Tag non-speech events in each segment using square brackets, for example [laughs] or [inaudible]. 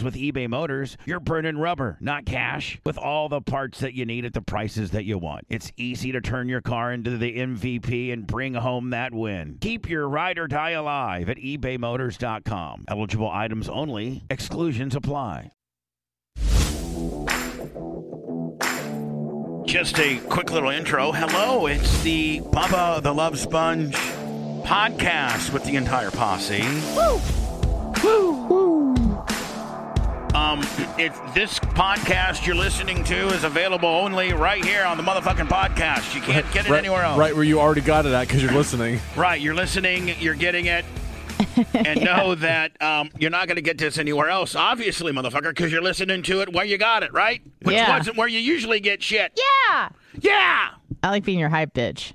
with eBay Motors, you're burning rubber, not cash. With all the parts that you need at the prices that you want, it's easy to turn your car into the MVP and bring home that win. Keep your ride or die alive at ebaymotors.com. Eligible items only, exclusions apply. Just a quick little intro. Hello, it's the Bubba the Love Sponge podcast with the entire posse. Um, if this podcast you're listening to is available only right here on the motherfucking podcast. You can't get it right, anywhere else. Right where you already got it at because you're listening. Right, you're listening, you're getting [laughs] it, and know that um, you're not going to get this anywhere else, obviously, motherfucker, because you're listening to it where you got it, right? Which Yeah. wasn't where you usually get shit. Yeah. Yeah! I like being your hype [laughs] bitch.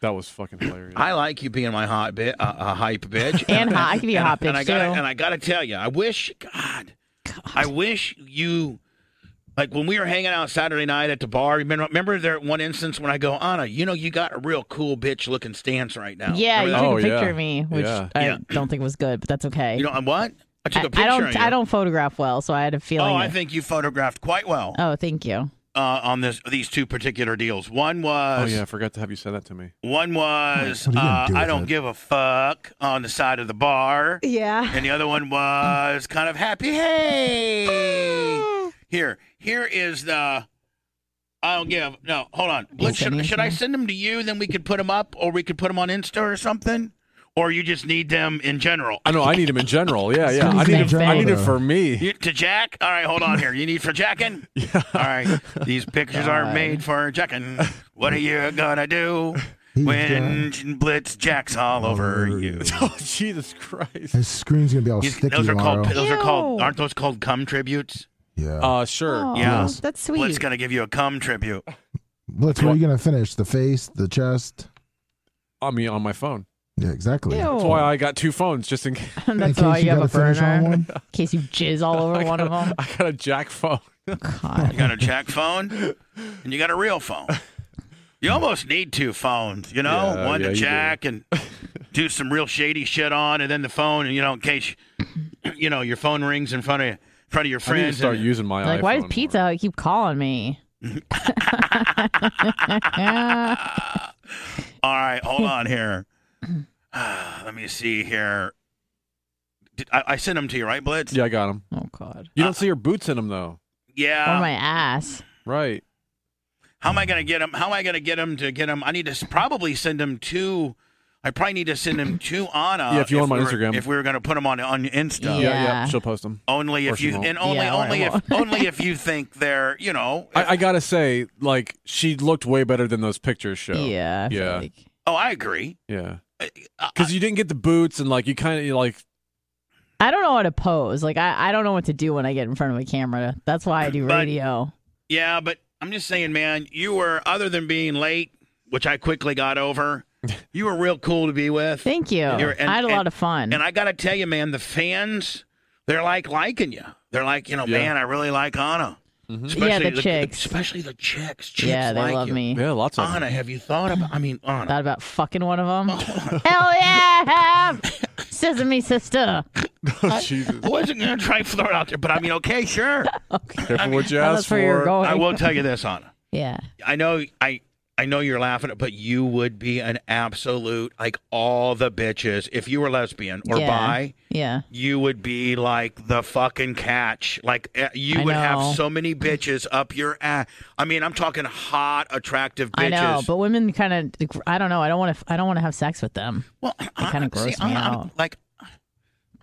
That was fucking hilarious. I like you being my hot bit, uh, a hype [laughs] bitch, And hot. I could be a hot bitch and I gotta, too. And I gotta tell you, I wish, God, I wish you, like when we were hanging out Saturday night at the bar. Remember, remember there one instance when I go, Anna, you know, you got a real cool bitch looking stance right now. yeah, you Remember took that? a Oh, picture yeah. of me, which Yeah. I Yeah. don't think was good, but that's okay. you know, I'm what? I took I, a picture. I don't. of you. I don't photograph well, so I had a feeling. Oh, I that- think you photographed quite well oh, thank you. uh, on this these two particular deals. One oh was yeah, I forgot to have you say that to me. one was What are uh, you gonna do I with don't it? give a fuck on the side of the bar, Yeah. and the other one was kind of happy. Hey, here, here is the. I don't give no. Hold on. Let- send should me a should I smile. send them to you? Then we could put them up, or we could put them on Insta or something, or you just need them in general. I know I need him in general. Yeah, yeah. Somebody's I got need him. I general, need him though. for me. [laughs] You, to Jack? All right, hold on here. You need for jacking? Yeah. All right. These pictures aren't God. made for jacking. What are you going to do when Blitz Jack's all over you? [laughs] Oh Jesus Christ. His screen's gonna be all You- sticky those are tomorrow. called those are called Ew. aren't those called cum tributes? yeah. Uh, sure. Yeah. Oh, Yes. That's Blitz sweet. going to give you a cum tribute. Blitz, where are you gonna finish? The face, the chest. I mean, on my phone. Yeah, exactly. Ew. That's why I got two phones, just in case. [laughs] that's In all case you you have a gotta finish on burner. [laughs] one. In case you jizz [laughs] all over one of them. [laughs] I got a jack phone. You [laughs] God. got a jack phone and you got a real phone. You almost need two phones, you know? Yeah, One yeah, to you do. jack and do some real shady shit on and then the phone and you know in case you know your phone rings in front of in front of your I need to friends start and- using my Like, iPhone why does more. Pizza Hut keep [laughs] calling me? [laughs] Oh, yeah. All right, hold on here. [sighs] Let me see here. Did, I, I sent them to you, right, Blitz? Yeah, I got him. Oh God. You don't Uh, see your boots in them though, Or Yeah. my ass. right? How am I gonna get them? How am I gonna get them to get them? I need to s- probably send them to. I probably need to send them to Anna. Yeah, if you want 'em on we were- Instagram. If we were gonna put them on on Insta. Yeah. yeah, yeah. She'll post them. Only Or if she you won't. and only Yeah, or I only if only [laughs] if you think they're you know. I, I gotta say, like, she looked way better than those pictures show. Yeah. I feel Yeah. like- oh, I agree. yeah. I- Because you didn't get the boots, and like, you kind of like, I don't know how to pose. Like I, I don't know what to do when I get in front of a camera. That's why I do But- radio. Yeah, but I'm just saying, man, you were other than being late, which I quickly got [laughs] over. You were real cool to be with. Thank you. You're- and- I had a and- lot of fun. And I got to tell you, man, the fans, they're like liking you. They're like, you know, Yeah. man, I really like Anna. Especially Yeah, the chicks. Especially the chicks. Chicks yeah, they like love you. me. yeah, lots of. Anna, have you thought about, I mean, Anna. Thought about fucking one [laughs] of them. Hell yeah! Sesame sister. [laughs] Oh, Jesus. I wasn't going to try to throw it out there, but I mean, okay, sure. Careful what you Oh, [laughs] [laughs] ask that's where you're for. going. I will tell you this, Anna. Yeah. I know, I. I know you're laughing, but you would be an absolute like all the bitches if you were lesbian or yeah. bi. Yeah. you would be like the fucking catch. Like eh, you I would know. have so many bitches up your ass. I mean, I'm talking hot, attractive bitches. I know, but women kind of. I don't know. I don't want to. I don't want to have sex with them. well, kinda Anna, gross see, me Anna, I'm- out. Like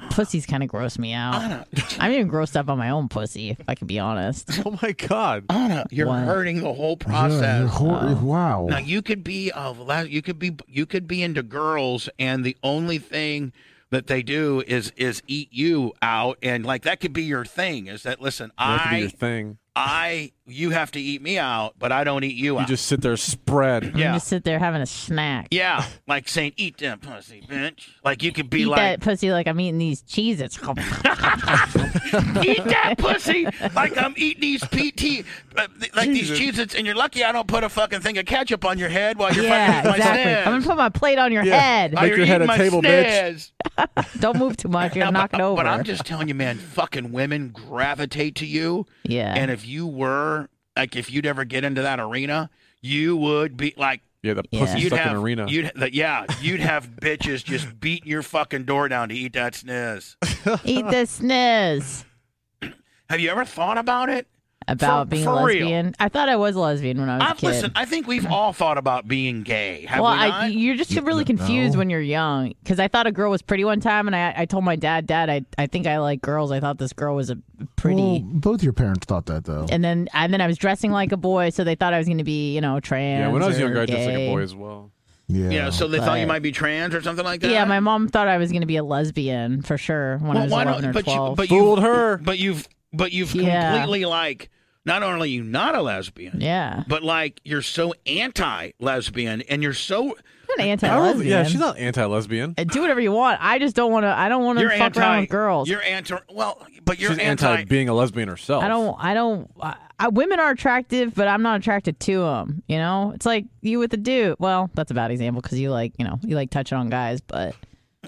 Pussies kind of gross me out. Anna, I'm even grossed up on my own pussy. If I can be honest. Oh my God. Anna, you're What? hurting the whole Yeah, process. you're hor- wow. Now you could be of la- you could be you could be into girls, and the only thing that they do is is eat you out, and like that could be your thing. Is that listen, That could be your I thing. I you have to eat me out, but I don't eat you, You out. just sit there spread. yeah. I'm just sit there having a snack. yeah, like saying "eat them pussy, bitch." Like you could be Eat like, that pussy like I'm eating [laughs] these cheeses. eat [laughs] that pussy like I'm eating these PT, uh, th- like these Cheez-Its, and you're lucky I don't put a fucking thing of ketchup on your head while you're yeah, fucking eating exactly. my I'm gonna snares. put my plate on your Yeah. head. While Make you're your head eating a my table, bitch. snares. Don't move too much. You're Yeah, [laughs] knocked but, over. But I'm just telling you, man, fucking women gravitate to you. yeah. And if you were, like, if you'd ever get into that arena, you would be like, Yeah, the Yeah. pussy you'd sucking have, arena. you'd, the, yeah, you'd [laughs] have bitches just beating your fucking door down to eat that snizz. [laughs] Eat the sniz. Have you ever thought about it? About For- being for real. lesbian. I thought I was lesbian when I was a I've, kid. listen, I think we've all thought about being gay. Have well, we not? I, you're just You- really no. confused when you're young because I thought a girl was pretty one time, and I, I told my dad, Dad, I, I think I like girls. I thought this girl was a pretty, Well, both your parents thought that though. and then and then I was dressing like a boy, so they thought I was going to be, you know, trans. yeah, when I was or younger, I dressed like gay. a boy as well. Yeah. Yeah, so they thought you but- might be trans or something like that. Yeah, my mom thought I was going to be a lesbian for sure when I Well, was why 11 don't, or but you, 12. but Fooled you, her. But you've, but you've Yeah. completely like, not only are you not a lesbian, yeah, but like you're so anti-lesbian and you're so I'm an I was- anti-lesbian. yeah, she's not anti-lesbian. Uh, Do whatever you want. I just don't want to. I don't want to you're fuck anti around with girls. You're anti. Well, but you're she's anti. being a lesbian herself. I don't. I don't. I, I, women are attractive, but I'm not attracted to them. You know, it's like you with a dude. Well, that's a bad example because you like, you know, you like touching on guys, but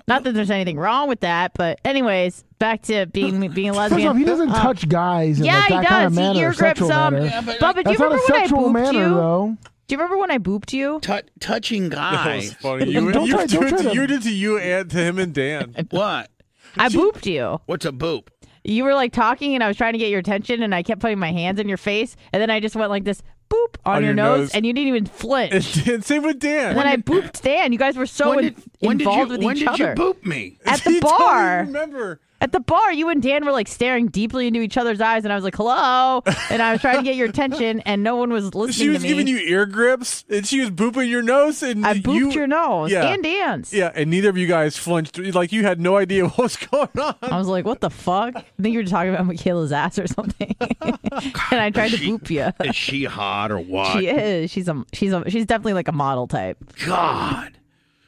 not that there's anything wrong with that. But anyways, back to being being a First off, lesbian. he doesn't Uh, touch guys in yeah, like he that kind of does. He manner, ear or grips sexual them. manner. Yeah, but Bubba, do you That's not remember a when I sexual booped manner, you? though. Do you remember when I booped [laughs] you? tou- touching [laughs] [laughs] That was guys. funny. You, Don't you, try- do don't it try to, to- you did to you and to him and [laughs] Dan. What? I booped you. What's a boop? You were like talking, and I was trying to get your attention, and I kept putting my hands in your face, and then I just went like this boop on, your, nose, and you didn't even flinch. And Dan, same with Dan. And [laughs] then I booped Dan. You guys were so when in- did, when did you involved with when each did other. you boop [laughs] me? At He the don't bar. even remember. At the bar, you and Dan were like staring deeply into each other's eyes, and I was [laughs] like, hello. And I was trying to get your attention, and no one was listening She was to me. giving you ear grips, and she was booping your nose, and I booped you, your nose Yeah. and Dan's. Yeah, and neither of you guys flinched. Like you had no idea [laughs] what was going on. I was like, what the fuck? I think you were talking about Michaela's ass [laughs] or something. and I tried to she- boop you. Is she hot or what? [laughs] She is. She's a she's a she's definitely like a model type. God.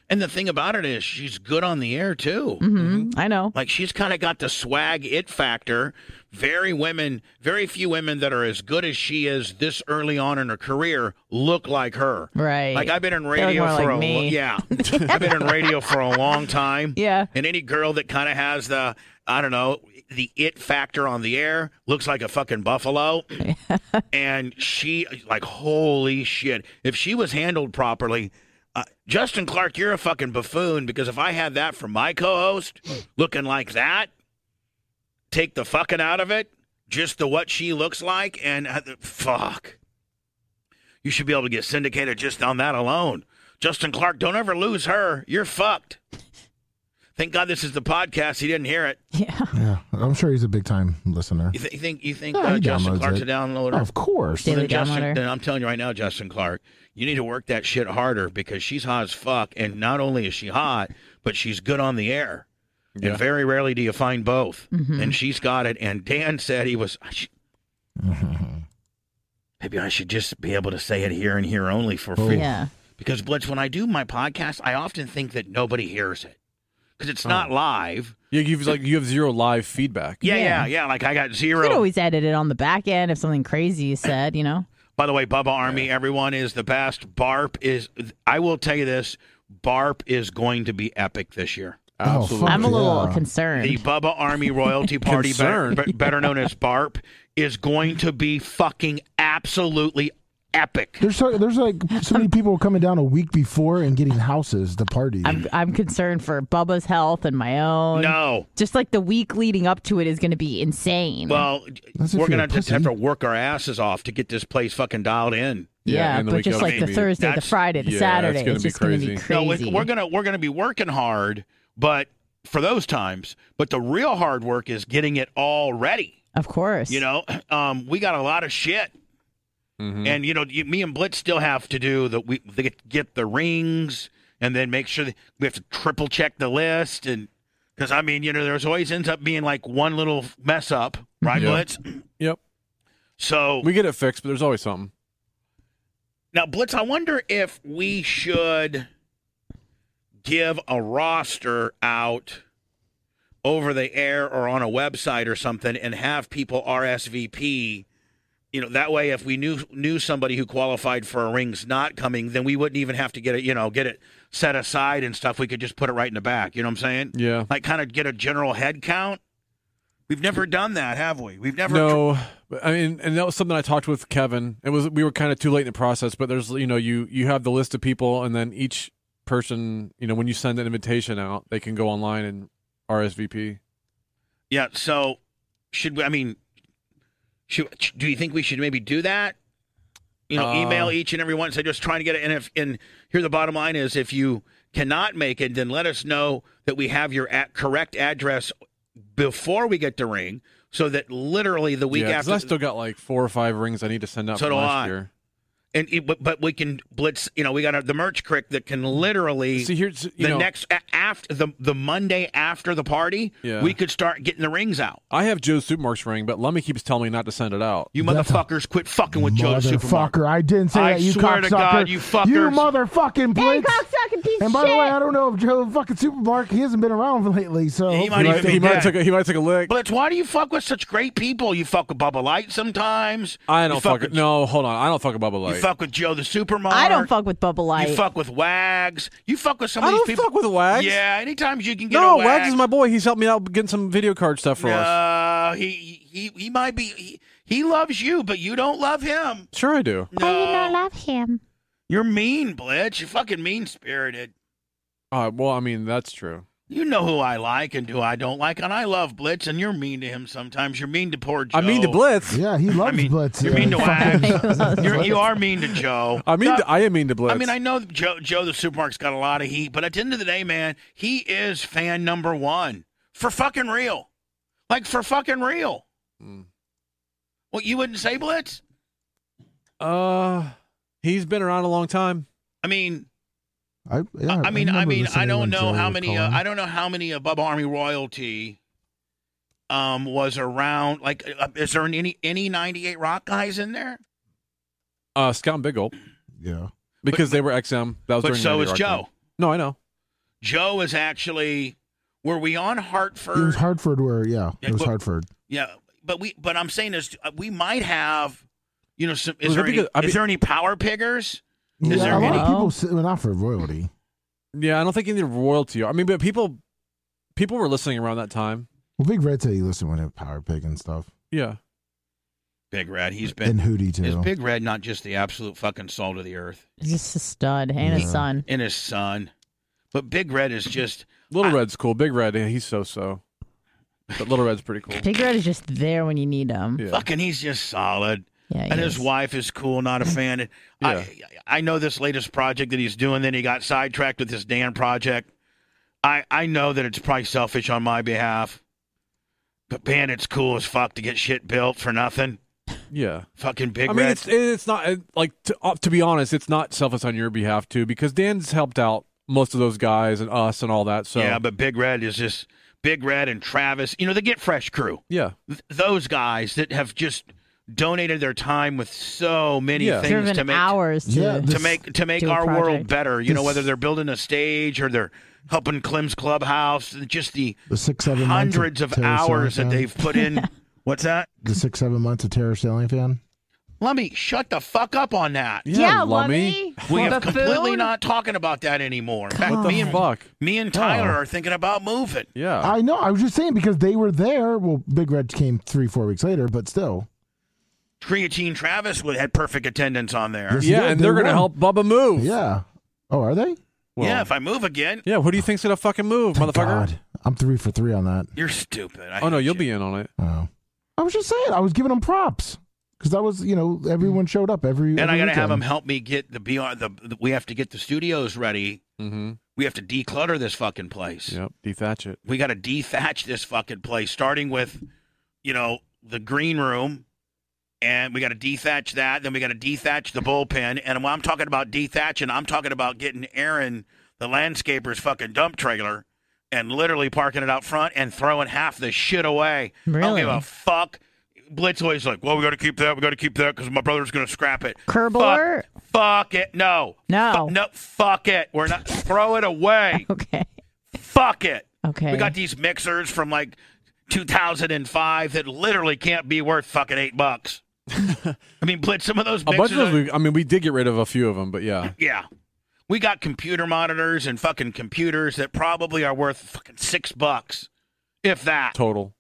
And the thing about it is, she's good on the air too. hmm Mm-hmm. I know. Like she's kind of got the swag it factor. Very women, very few women that are as good as she is this early on in her career look like her. Right. Like I've been in look radio more for like a me. [laughs] yeah, I've been in radio for a long time. Yeah. And any girl that kind of has the I don't know the it factor on the air looks like a fucking [laughs] buffalo. and she like holy shit. If she was handled properly. Uh, Justin Clark, you're a fucking buffoon because if I had that for my co-host looking like that, take the fucking out of it, just the what she looks like, and uh, fuck. You should be able to get syndicated just on that alone. Justin Clark, don't ever lose her. You're fucked. Thank God this is the podcast. He didn't hear it. Yeah. [laughs] Yeah, I'm sure he's a big time listener. You, th- you think you think Yeah, uh, he Justin downloads Clark's it. Oh, a downloader? Of course. Daily Then Justin, downloader. then I'm telling you right now, Justin Clark, you need to work that shit harder because she's hot as fuck, and not only is she hot, but she's good on the air. Yeah. And very rarely do you find both. Mm-hmm. And she's got it. And Dan said he was. I should- Mm-hmm. maybe I should just be able to say it here and here only for Oh, free. Yeah. Because Blitz, when I do my podcast, I often think that nobody hears it because it's not live. Yeah, you like you have zero live feedback. Yeah, yeah, Oh. Yeah. yeah. Like I got You could zero. always edit it on the back end if something crazy is said, you know? By the way, Bubba Army, everyone is the best. Barp is. I will tell you this: Barp is going to be epic this year. Absolutely. fuck. I'm a little yeah. The concerned. Bubba Army [laughs] Royalty Party, better, Concerned. be- better known as Barp, is going to be fucking absolutely epic. There's so, there's like so many people coming down a week before and getting houses [laughs] to party. I'm I'm concerned for Bubba's health and my own. No. Just like the week leading up to it is going to be insane. Well, That's if we're you're gonna a just pussy. have to work our asses off to get this place fucking dialed in. yeah, and the but week just of like the maybe. Thursday, the That's- Friday, the yeah, that's Saturday, gonna it's be just going to be crazy. crazy. No, we- we're gonna we're gonna be working hard, but for those times, but the real hard work is getting it all ready. of course. You know, [clears throat] um, we got a lot of shit, Mhm. and you know, you, me and Blitz still have to do the we they get, get the rings, and then make sure that we have to triple check the list, and Because I mean, you know, there's always ends up being like one little mess up, right, Yeah. Blitz? Mm-hmm. Yep. So We get it fixed, but there's always something. now, Blitz, I wonder if we should give a roster out over the air or on a website or something, and have people RSVP. You know, that way, if we knew knew somebody who qualified for a rings not coming, then we wouldn't even have to get it. You know, get it set aside and stuff. We could just put it right in the back. You know what I'm saying? Yeah. like kind of get a general head count. We've never done that, have we? We've never. No, but, I mean, and that was something I talked with Kevin. It was we were kind of too late in the process, but there's you know you you have the list of people, and then each person you know when you send an invitation out, they can go online and RSVP. yeah. So, should we? I mean, should do you think we should maybe do that? You know, Uh, email each and every one. So just trying to get it. And if and here the bottom line is, if you cannot make it, then let us know that we have your at correct address before we get to ring, so that literally the week yeah, 'cause after. I still got like four or five rings I need to send out So from do last I. year. and it- but, but we can blitz. You know, we got a, the merch crick that can literally. See here's you the know, next a- after the the Monday after the party, Yeah. we could start getting the rings out. I have Joe's Supermarket's ring, but Lemmy keeps telling me not to send it out. You That's a- motherfuckers, quit fucking with Joe the Supermarket. Motherfucker. I didn't say I that, you swear cocksucker. to God, you fuckers. You motherfucking Hey, blitz. cocksucking piece And of by shit. the way, I don't know if Joe fucking Supermarket, he hasn't been around lately, so. He might hopefully- He even might, he be might dead. take a, he might take a lick. Blitz, why do you fuck with such great people? You fuck with Bubba Light sometimes. I you don't fuck fuck. with- No, hold on. I don't fuck about Bubba Light. You fuck with Joe the Supermarket. I don't fuck with Bubble Light. You fuck with Wags. You fuck with some I of these don't people. fuck with Wags. Yeah, anytime you can get No, a Wags. Wags is my boy. He's helped me out getting some video card stuff for us. No, he, he he might be he, he loves you, but you don't love him. Sure, I do. No, love him. you're mean, Blitz. You're fucking mean spirited. Uh, well, I mean, that's true. You know who I like and who I don't like, and I love Blitz, and you're mean to him sometimes. You're mean to poor Joe. I mean to Blitz. Yeah, he loves I mean, Blitz. you're mean to uh, [laughs] fucking- Wags. You're, you are mean to Joe. [laughs] I mean, No, to, I am mean to Blitz. I mean, I know Joe, Joe the Supermarket's got a lot of heat, but at the end of the day, man, he is fan number one for fucking real. Like, for fucking real. Mm. Well, you wouldn't say Blitz? uh, he's been around a long time. I mean, I, yeah, I, I mean, I remember mean, I listening don't when know Joe how would many. call Uh, in. I don't know how many above Army royalty um was around. Like, uh, is there any any '98 rock guys in there? Uh, Scott and Big Gulp yeah. because they were XM. That was But during so the is Rock Joe. Band. No, I know. Joe is actually. Were we on Hartford? It was Hartford where, yeah, Yeah, it was well- Hartford. Yeah, but we. But I'm saying is uh, we might have. You know, some, is, Was that there any, because- I is mean- there any power piggers? yeah, Is there a lot any- of people sit- well, not for royalty. Yeah, I don't think any royalty. I mean, but people, people were listening around that time. Well, Big Red said he listened when it was Power Pig and stuff, Yeah. Big Red, he's and been. Hootie too. Is Big Red not just the absolute fucking salt of the earth He's just a stud and his Yeah. son. and his son? But Big Red is just. Little I- Red's cool. Big Red, yeah, he's so so. But Little Red's [laughs] pretty cool. Big Red is just there when you need him. [laughs] Yeah. Fucking, he's just solid. Yeah, he and his is. wife is cool, not a fan. [laughs] And I, I know this latest project that he's doing. Then he got sidetracked with this Dan project. I, I know that it's probably selfish on my behalf, but man, it's cool as fuck to get shit built for nothing. Yeah. Fucking big I mean, red. it's it's not it- like to, uh, to be honest, it's not selfish on your behalf too because Dan's helped out most of those guys and us and all that. So Yeah, but Big Red is just Big Red and Travis. You know, the Get Fresh crew. yeah, Th- those guys that have just donated their time with so many Yeah. things Driven to make hours to, Yeah, to this- make to make do a our world project. better. You know, whether they're building a stage or they're helping Clem's Clubhouse, just the the six seven months hundreds of Terror Sailing hours that Fan. they've put [laughs] in. What's that? the six seven months of terror sailing fan. Let me shut the fuck up on that. yeah, yeah, Lummy. Lummy. We Buffoon. have completely not talking about that anymore. In fact, What me the and fuck? me and Tyler are thinking about moving. Yeah, I know. I was just saying because they were there. Well, Big Red came three four weeks later, but still, Creatine Travis would had perfect attendance on there. Yes. yeah, Yeah, and they they're gonna won. help Bubba move. yeah. Oh, are they? Well, yeah, if I move again, yeah. Who do you think's gonna fucking move, Thank motherfucker? God. I'm three for three on that. you're stupid. I Oh no, hate you'll you. be in on it. Oh. I was just saying. I was giving them props because that was you know everyone showed up every. And I gotta every have him weekend. help me get the BR. The, the we have to get the studios ready. Mm-hmm. We have to declutter this fucking place. Yep, dethatch it. we got to dethatch this fucking place, starting with, you know, the green room, and we got to dethatch that. Then we got to dethatch the bullpen. And when I'm talking about dethatching, I'm talking about getting Aaron, the landscaper's fucking dump trailer, and literally parking it out front and throwing half the shit away. I don't Really? give a fuck. Blitz always like, well, we got to keep that. We got to keep that because my brother's going to scrap it. Curb Fuck- alert? Fuck it. No. No. Fu- no. Fuck it. We're not. throw it [laughs] away. Okay. fuck it. Okay. We got these mixers from like 2005 that literally can't be worth fucking eight [laughs] bucks. I mean, Blitz, some of those A mixers. bunch of those. are- We, I mean, we did get rid of a few of them, but [laughs] yeah, yeah. We got computer monitors and fucking computers that probably are worth fucking six bucks, if that. total.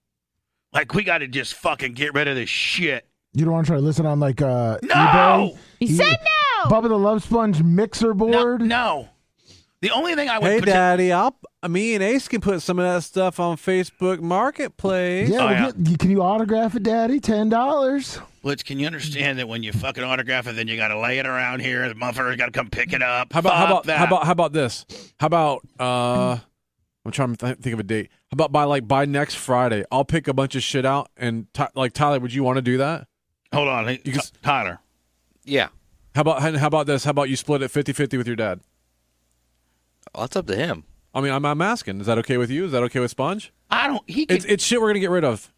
Like, we got to just fucking get rid of this shit. You don't want to try to listen on like uh eBay? No! He You- said no. Bubba the Love Sponge mixer No, board. no. The only thing I would Hey, put- Daddy, I'll, me and Ace can put some of that stuff on Facebook Marketplace. Yeah, Oh, we'll yeah. Get, you- can you autograph it, Daddy? Ten dollars. Blitz, can you understand that when you fucking autograph it, then you got to lay it around here? The motherfucker's got to come pick it up. How about Fuck how about that. how about how about this? How about uh, I'm trying to th- think of a date. How about by like by next Friday, I'll pick a bunch of shit out and Ty- like Tyler, would you want to do that? Hold on. hey, You Ty- can- Tyler. Yeah, How about and how about this? How about you split it 50-50 with your dad? well, that's up to him. I mean, I'm, I'm asking. Is that okay with you? Is that okay with Sponge? I don't. He can. It's it's shit we're gonna get rid of.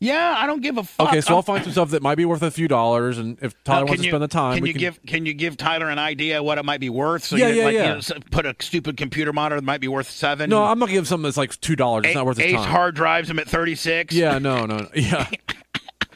yeah, I don't give a fuck. Okay, so I'll I'm- find some stuff that might be worth a few dollars, and if Now, Tyler wants to spend the time, Can we you give Can you give Tyler an idea what it might be worth? So Yeah, you, yeah, like, you yeah. know, s- put a stupid computer monitor that might be worth seven. No, I'm not gonna give something that's like two dollars. It's A- not worth his Ace time. hard drives him at 36. Yeah, no, no, no. [laughs] yeah,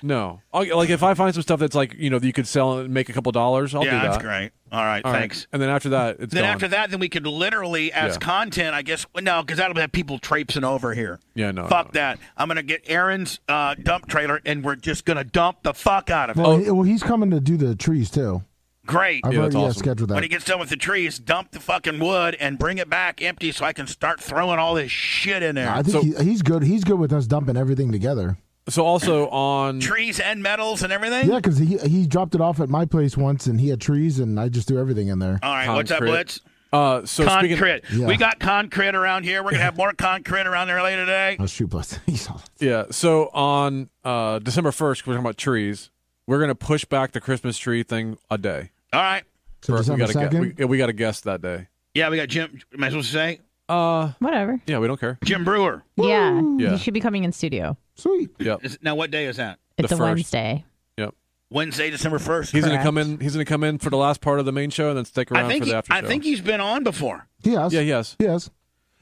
no. I'll, like if I find some stuff that's like you know that you could sell and make a couple dollars, I'll yeah, do that. that's great. All right, All right. thanks. And then after that, it's Then gone. after that, then we could literally as Yeah. content, I guess. well, No, because that'll have people traipsing over here. Yeah, no, Fuck no. that. I'm gonna get Aaron's uh, dump trailer, and we're just gonna dump the fuck out of it. Well, Oh. he- well, he's coming to do the trees too. Great. I've Yeah, that's already yeah, awesome. scheduled when that. he gets done with the trees, dump the fucking wood and bring it back empty, so I can start throwing all this shit in there. I think So- he, he's good. He's good with us dumping everything together. So also on trees and metals and everything. Yeah, because he he dropped it off at my place once, and he had trees, and I just threw everything in there. All right, what's up, Concrete. Blitz? uh, so speaking, concrete. Yeah. We got concrete around here. We're gonna have more concrete around there later today. Oh shoot, bless. [laughs] He's all- yeah. So on uh, December first, we're talking about trees. We're gonna push back the Christmas tree thing a day. All right. so Or we December gotta gue- second. we, yeah, we got to guess that day. Yeah, we got Jim. Am I supposed to say Uh, Whatever. yeah, we don't care. Jim Brewer? Yeah. Yeah. He should be coming in studio. Sweet. Yep, Is, now, what day is that? It's The a first. Wednesday. yep. Wednesday, December first. He's gonna Correct. come in. He's gonna come in for the last part of the main show, and then stick around I think for the he, after I show. think he's been on before. Yes. yeah, yes. Yes.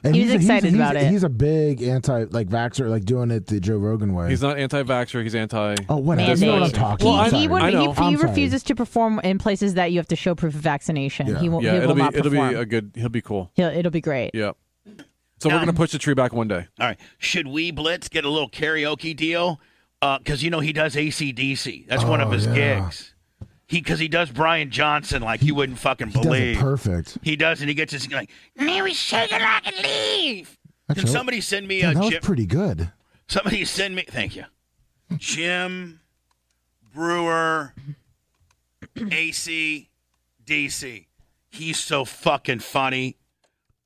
And He was a- excited he's, about he's, it. He's a big anti like vaxxer, like doing it the Joe Rogan way. He's not anti-vaxxer. He's anti. oh, whatever. Mandate. You know what I'm talking. Well, about. I- he, he, I'm would, I he, know. he I'm sorry. refuses to perform in places that you have to show proof of vaccination. Yeah. He will, yeah, he it'll will be not it'll be perform. a good. He'll be cool. He'll, it'll be great. Yeah. So we're Um, gonna push the tree back one day. All right. Should we Blitz get a little karaoke deal? Because you know he does ACDC. That's one of Oh, his yeah. gigs. He because he does Brian Johnson like you wouldn't fucking He does believe. it perfect. He does, and he gets his like, "Man, we shake it like and leave." Can Actually, somebody send me damn, a that was Jim? pretty good. Somebody send me. Thank you, Jim Brewer, AC, DC. He's so fucking funny.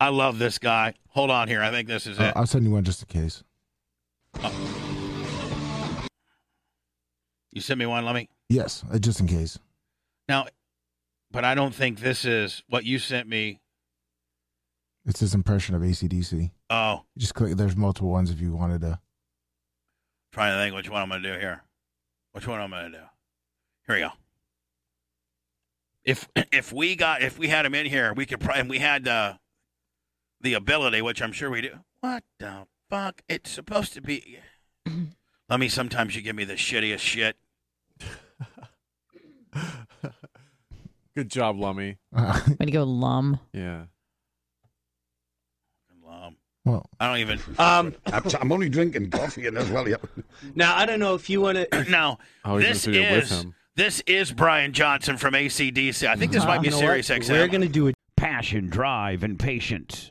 I love this guy. Hold on here. I think this is Uh, it. I'll send you one just in case. You send me one. Let me Yes, uh, just in case. now. But I don't think this is what you sent me. It's his impression of ACDC. Oh, Just click. There's multiple ones if you wanted to. trying to think which one I'm gonna do here. Which one I'm gonna do? Here we go. If [clears throat] if we got if we had him in here, we could probably and we had uh, the ability, which I'm sure we do. What the fuck? It's supposed to [clears throat] be. Let me. Sometimes you give me the shittiest shit. Good job, Lummy. Uh, Way to go, Lum. Yeah. Um, [laughs] well, I don't even. [clears throat] Um, I'm, t- I'm only drinking coffee and as well. Yep. Now I don't know if you want to. Now Oh, he's in this the studio with is him. this is Brian Johnson from ACDC. I think this might be you know Sirius what? XM. We're gonna do a Passion, drive, and patience.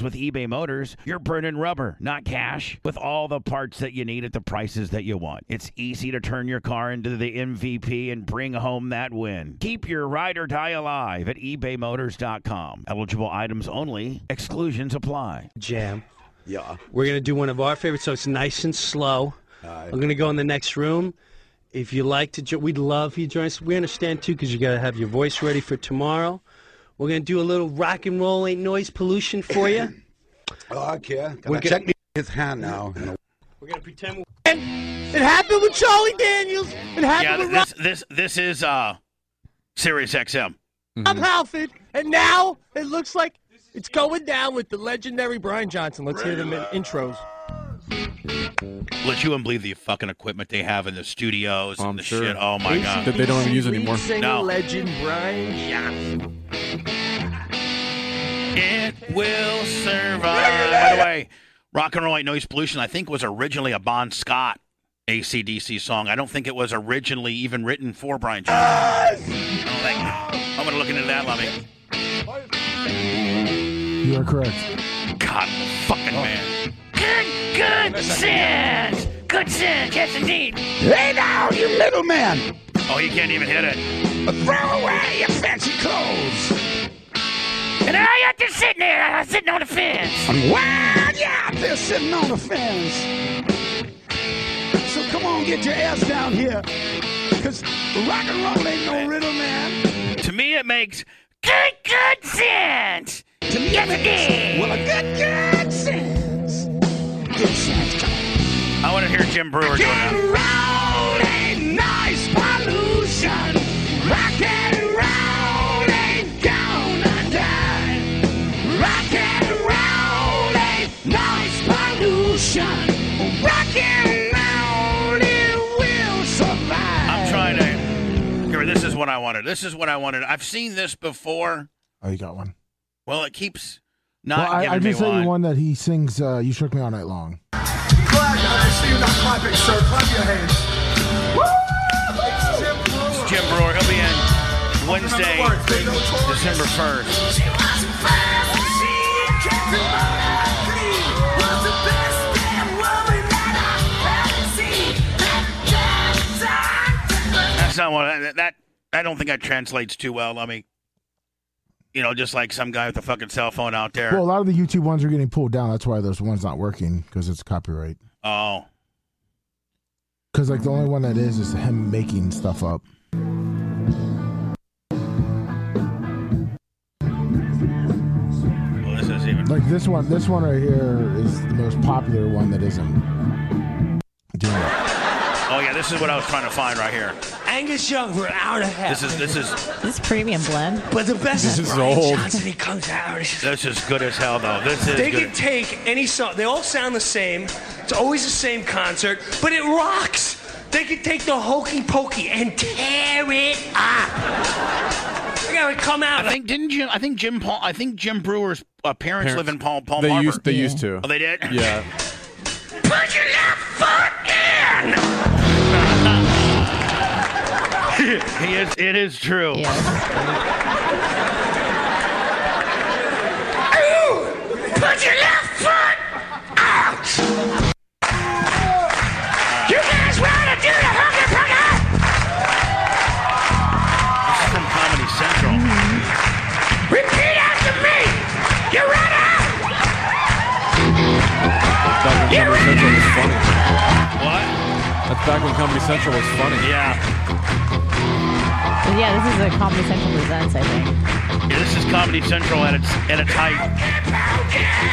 Whereas with eBay Motors, you're burning rubber, not cash, with all the parts that you need at the prices that you want. It's easy to turn your car into the MVP and bring home that win. Keep your ride or die alive at ebaymotors.com. Eligible items only, exclusions apply. Jam. Yeah. We're going to do one of our favorites, so it's nice and slow. I'm going to go in the next room. If you like to, jo- we'd love you join us. We understand too, because you got to have your voice ready for tomorrow. We're going to do a little rock and roll, ain't noise pollution for you. [coughs] Oh, I care. Can We're I gonna- check me his hand now? And We're going to pretend we're. And it happened with Charlie Daniels. It Yeah, happened th- with Rob, this this this is uh, Sirius XM. Rob Halford. And now it looks like it's going down with the legendary Brian Johnson. Let's hear the min- intros. Let you wouldn't believe the fucking equipment they have in the studios I'm and the sure. shit. Oh my god. That they don't even use [laughs] anymore. No. legend Brian It will survive. By the way, Rock and Roll White Noise Pollution, I think, was originally a Bon Scott ACDC song. I don't think it was originally even written for Brian Johnson. I don't think. I'm going to look into that, Lummy. You are correct. God, fucking Oh. man. Good, good sense. Good sense. Yes, indeed. Lay down, you little man! Oh, you can't even hit it. Throw away your fancy clothes! And I got to sitting there, I'm sitting on the fence. And wow, yeah, they're sitting on the fence. So come on, get your ass down here. Cause rock and roll ain't no riddle, man. To me, it makes good, good sense. To me, yes, it is. Well, a good, good sense. Good sense. Come on. I want to hear Jim Brewer doing Rock and that. roll ain't noise pollution. Rock and roll ain't gonna die. Rock and roll ain't noise pollution. Rock and roll it will survive. I'm trying to. Here, this is what I wanted. This is what I wanted. I've seen this before. Oh, you got one. Well, it keeps Well, not I, giving I just me sent one. you one that he sings. Uh, you shook me all night long. Jim Brewer, he'll be in Wednesday, December 1st. That's not what I, that I don't think that translates too well. Let me, you know, just like some guy with a fucking cell phone out there. Well, a lot of the YouTube ones are getting pulled down. That's why there's one's not working because it's copyright. oh, Because like the only one that is is him making stuff up. well, this is even. Like this one, this one right here is the most popular one that isn't. Doing it. Oh yeah, this is what I was trying to find right here. Angus Young for an hour and a half. This is this is This premium blend. But the best This is old. he comes out. this is good as hell though. This is They good. can take any song. They all sound the same. It's always the same concert, but it rocks. They can take the hokey pokey and tear it up. They gotta come out. I think didn't Jim? I think Jim Paul. I think Jim Brewer's uh, parents, Parents. live in Palm Palm They Harbor. used they used to. oh, they did. Yeah. Put your left foot in. [laughs] he is. It is true. Yeah. Put your left foot out. You guys wanna do the hokey pokey? This is from Comedy Central. Repeat after me. You ready? Back when Comedy What? Central was funny. That's back when Comedy Central was funny. Yeah. But yeah, this is a Comedy Central Presents, I think. Yeah, This is Comedy Central at its at its height.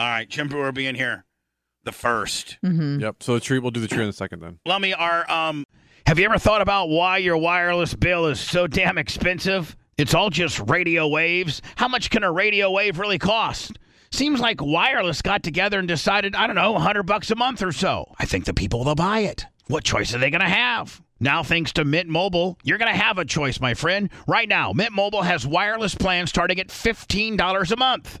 All right, Jim Brewer being here, the first. Yep. So the tree we'll do the tree in a second then. Lummy, are um, have you ever thought about why your wireless bill is so damn expensive? It's all just radio waves. How much can a radio wave really cost? Seems like wireless got together and decided, I don't know, 100 bucks a month or so. I think the people will buy it. What choice are they going to have? Now, thanks to Mint Mobile, you're going to have a choice, my friend. Right now, Mint Mobile has wireless plans starting at $15 a month.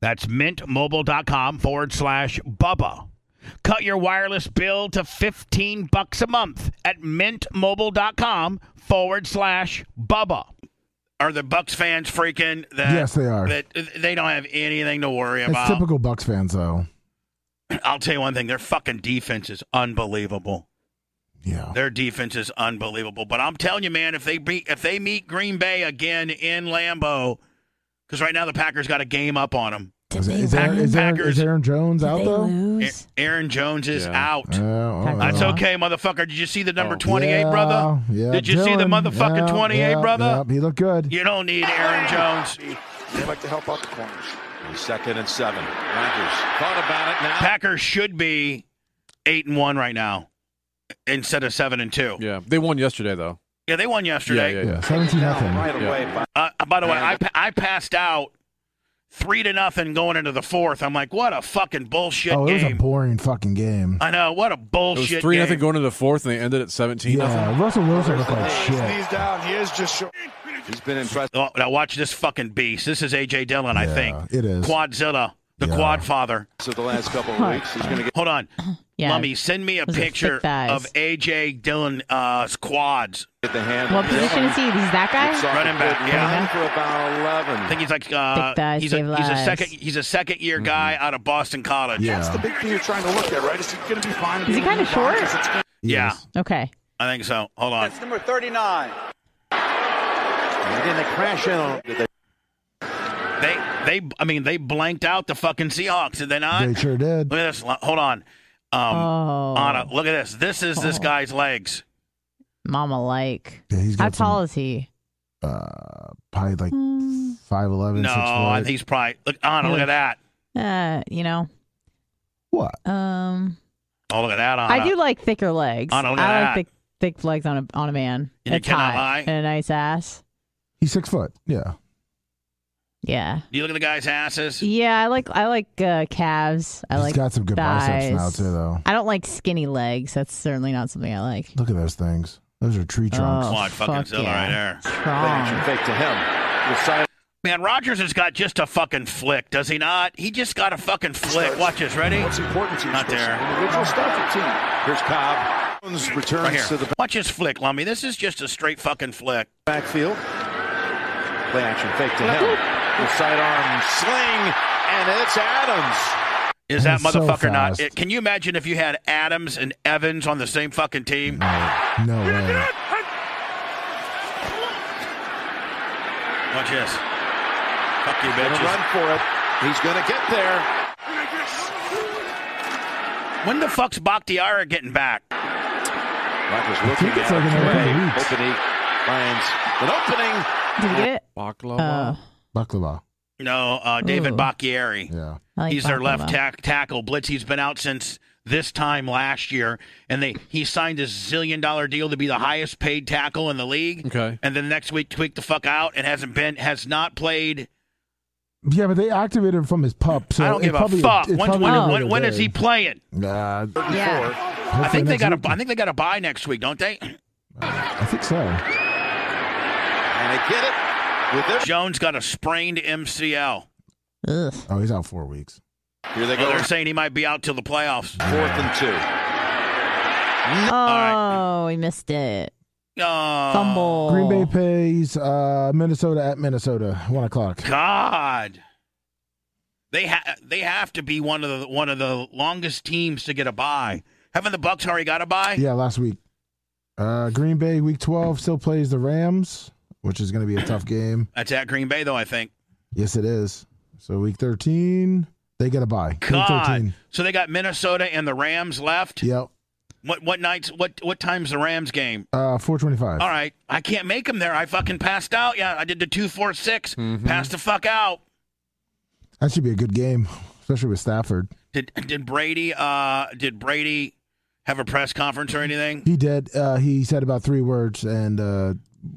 That's mintmobile.com forward slash Bubba. Cut your wireless bill to 15 bucks a month at mintmobile.com forward slash Bubba. Are the Bucks fans freaking that? Yes, they are. That they don't have anything to worry It's about. typical Bucks fans, though. I'll tell you one thing: their fucking defense is unbelievable. Yeah. Their defense is unbelievable. But I'm telling you, man, if they beat if they meet Green Bay again in Lambeau, because right now the Packers got a game up on them. Is, is, Aaron, is, Aaron, is Aaron Jones out, They though? lose. Aaron Jones is Yeah. out. Oh, oh, oh. That's okay, motherfucker. Did you see the number Oh. 28, Yeah, brother? yeah, Did you see the Dylan. motherfucking Yeah, 28, yeah, brother? yeah, he looked good. You don't need Aaron Jones. They like to help out the corners. Second and seven. Rodgers thought about it now. Packers should be 8 and 1 right now instead of 7 and 2. Yeah, Yeah, they won yesterday though. they won yesterday. Yeah, yeah, Yeah, 17 nothing. Right away by Uh, by the way, I, pa- I passed out three to nothing going into the fourth. I'm like, what a fucking bullshit Oh, it was a game. boring fucking game. I know what a It was bullshit. three game. nothing going into the fourth, and they ended at seventeen nothing. Yeah, Russell Wilson looked like shit. Knees down. He is just short. He's been impressed. Oh, now watch this fucking beast. This is AJ Dillon, I Yeah, think. it is. Quadzilla, the Yeah. Quad Father. of the last couple of weeks. He's going to get Hold on, Yeah. Mummy, send me a Those are thick picture thighs. of AJ Dillon uh, quads. the hand. What position is he? He's that It's guy? off Running the back, good yeah. run For about 11. I think he's like uh, Thick thighs he's, a, save he's a lives. second he's a second year guy out of Boston College. That's the Mm-hmm. Yeah. big thing you're trying to look at, right? It's going to be fine. Is he kinda short? Yeah, Yes. Okay. I think so. Hold on. number 39. And again, they crash in on him. They they I mean they blanked out the fucking Seahawks, did they not? They sure did. Look at this. Lo- Hold on. Um, oh, Anna, look at this. This is this Oh. guy's legs. mama like. Yeah, he's got How tall some, is he? Uh, probably like Mm, 5'11", No, 6 I think he's probably look Anna. Look at that. uh, you know, What? um, Oh, look at that. Anna. I do like thicker legs. Anna, look at I that. like thick, thick legs on a on a man. And you It's cannot hot. lie. and a nice ass. He's six foot. Yeah. Yeah, Do you look at the guy's asses? yeah. I like I like uh, calves. I He's like. got some good biceps now, thighs. too, though. I don't like skinny legs. That's certainly not something I like. Look at those things. Those are tree trunks. Oh, Quad fucking fuck Zilla yeah. right there. Strong. Fake to him. The side Man, Rogers has got just a fucking flick, does he not? He just got a fucking flick. Watch this. Ready? What's important to you? Not Chris? there. Individual stuff or team? Here's Cobb. Jones returns Right to here. the Watch his flick, Lummy. This is just a straight fucking flick. backfield. Play action fake to him. The sidearm sling, and it's Adams. Is that That's so motherfucker not? fast. It, can you imagine if you had Adams and Evans on the same fucking team? Oh. No way. Watch this. Fuck you, Gonna bitches. run for it. He's going to get there. When the fuck's Bakhtiara getting back? Rogers looking think it's at like it. another Trey, week. hoping he finds an opening. Did you get it? Oh, Baklava. Baklava. No, uh, David Ooh. Bakhtiari. Yeah. I like He's their left baklava. tack tackle. Blitzy's been out since this time last year, and they he signed a zillion dollar deal to be the highest paid tackle in the league. Okay. And then next week tweaked the fuck out and hasn't been has not played. Yeah, but they activated him from his pup. So I don't it give a probably, fuck. It's When, probably when, not when, really when is he good. playing? Nah, Yeah. I think they next got a week. I think they got a buy next week, don't they? I think so. And they get it with their. Jones got a sprained MCL. Ugh. Oh, he's out four weeks. Here they Well, go. they're saying he might be out till the playoffs. Fourth and two. right. Oh, we missed it. Oh, Fumble. Green Bay pays uh, Minnesota at Minnesota, one o'clock. God. They ha- they have to be one of the one of the longest teams to get a bye. Haven't the Bucks already got a bye? Yeah, last week. Uh, Green Bay, week 12, still plays the Rams, which is going to be a tough game. That's at Green Bay, though. I think. Yes, it is. So, week 13, they get a bye. Week God. 13. So they got Minnesota and the Rams left. Yep. What what nights? What what time's the Rams game? Uh, 425. All right, I can't make them there. I fucking passed out. Yeah, I did the two four six. Mm-hmm. Passed the fuck out. That should be a good game, especially with Stafford. Did did Brady uh did Brady have a press conference or anything? He did. Uh, he said about three words, and uh,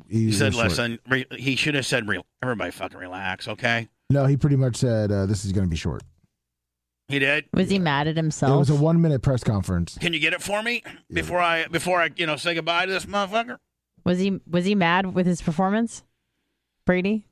he, He was said, short. "Listen, re- he should have said, re- everybody fucking relax, okay?" No, he pretty much said uh, this is going to be short. He did. Was he mad at It himself? was a one-minute press conference. Can you get it for me before I before I you know say goodbye to this motherfucker? was he was he mad with his performance? Brady?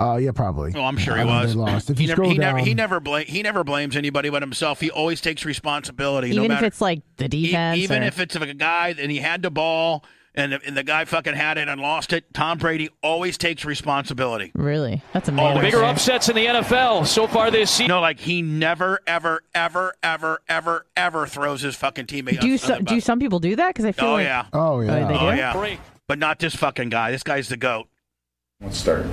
Uh, yeah, probably. Well, Oh, I'm sure he I don't was. think They lost. If he you never scroll he down, never he never blame he never blames anybody but himself. He always takes responsibility, no Even if matter it's like the E- defense. even or- if it's of a guy and he had the ball and the, and the guy fucking had it and lost it. Tom Brady always takes responsibility. really, that's a Always. Bigger upsets in the NFL so far this season. No, like he never, ever, ever, ever, ever, ever throws his fucking teammate. do under so, the do bus. some people do that? Because I feel Oh like yeah. they do? Oh yeah. But not this fucking guy. This guy's the goat. Let's start.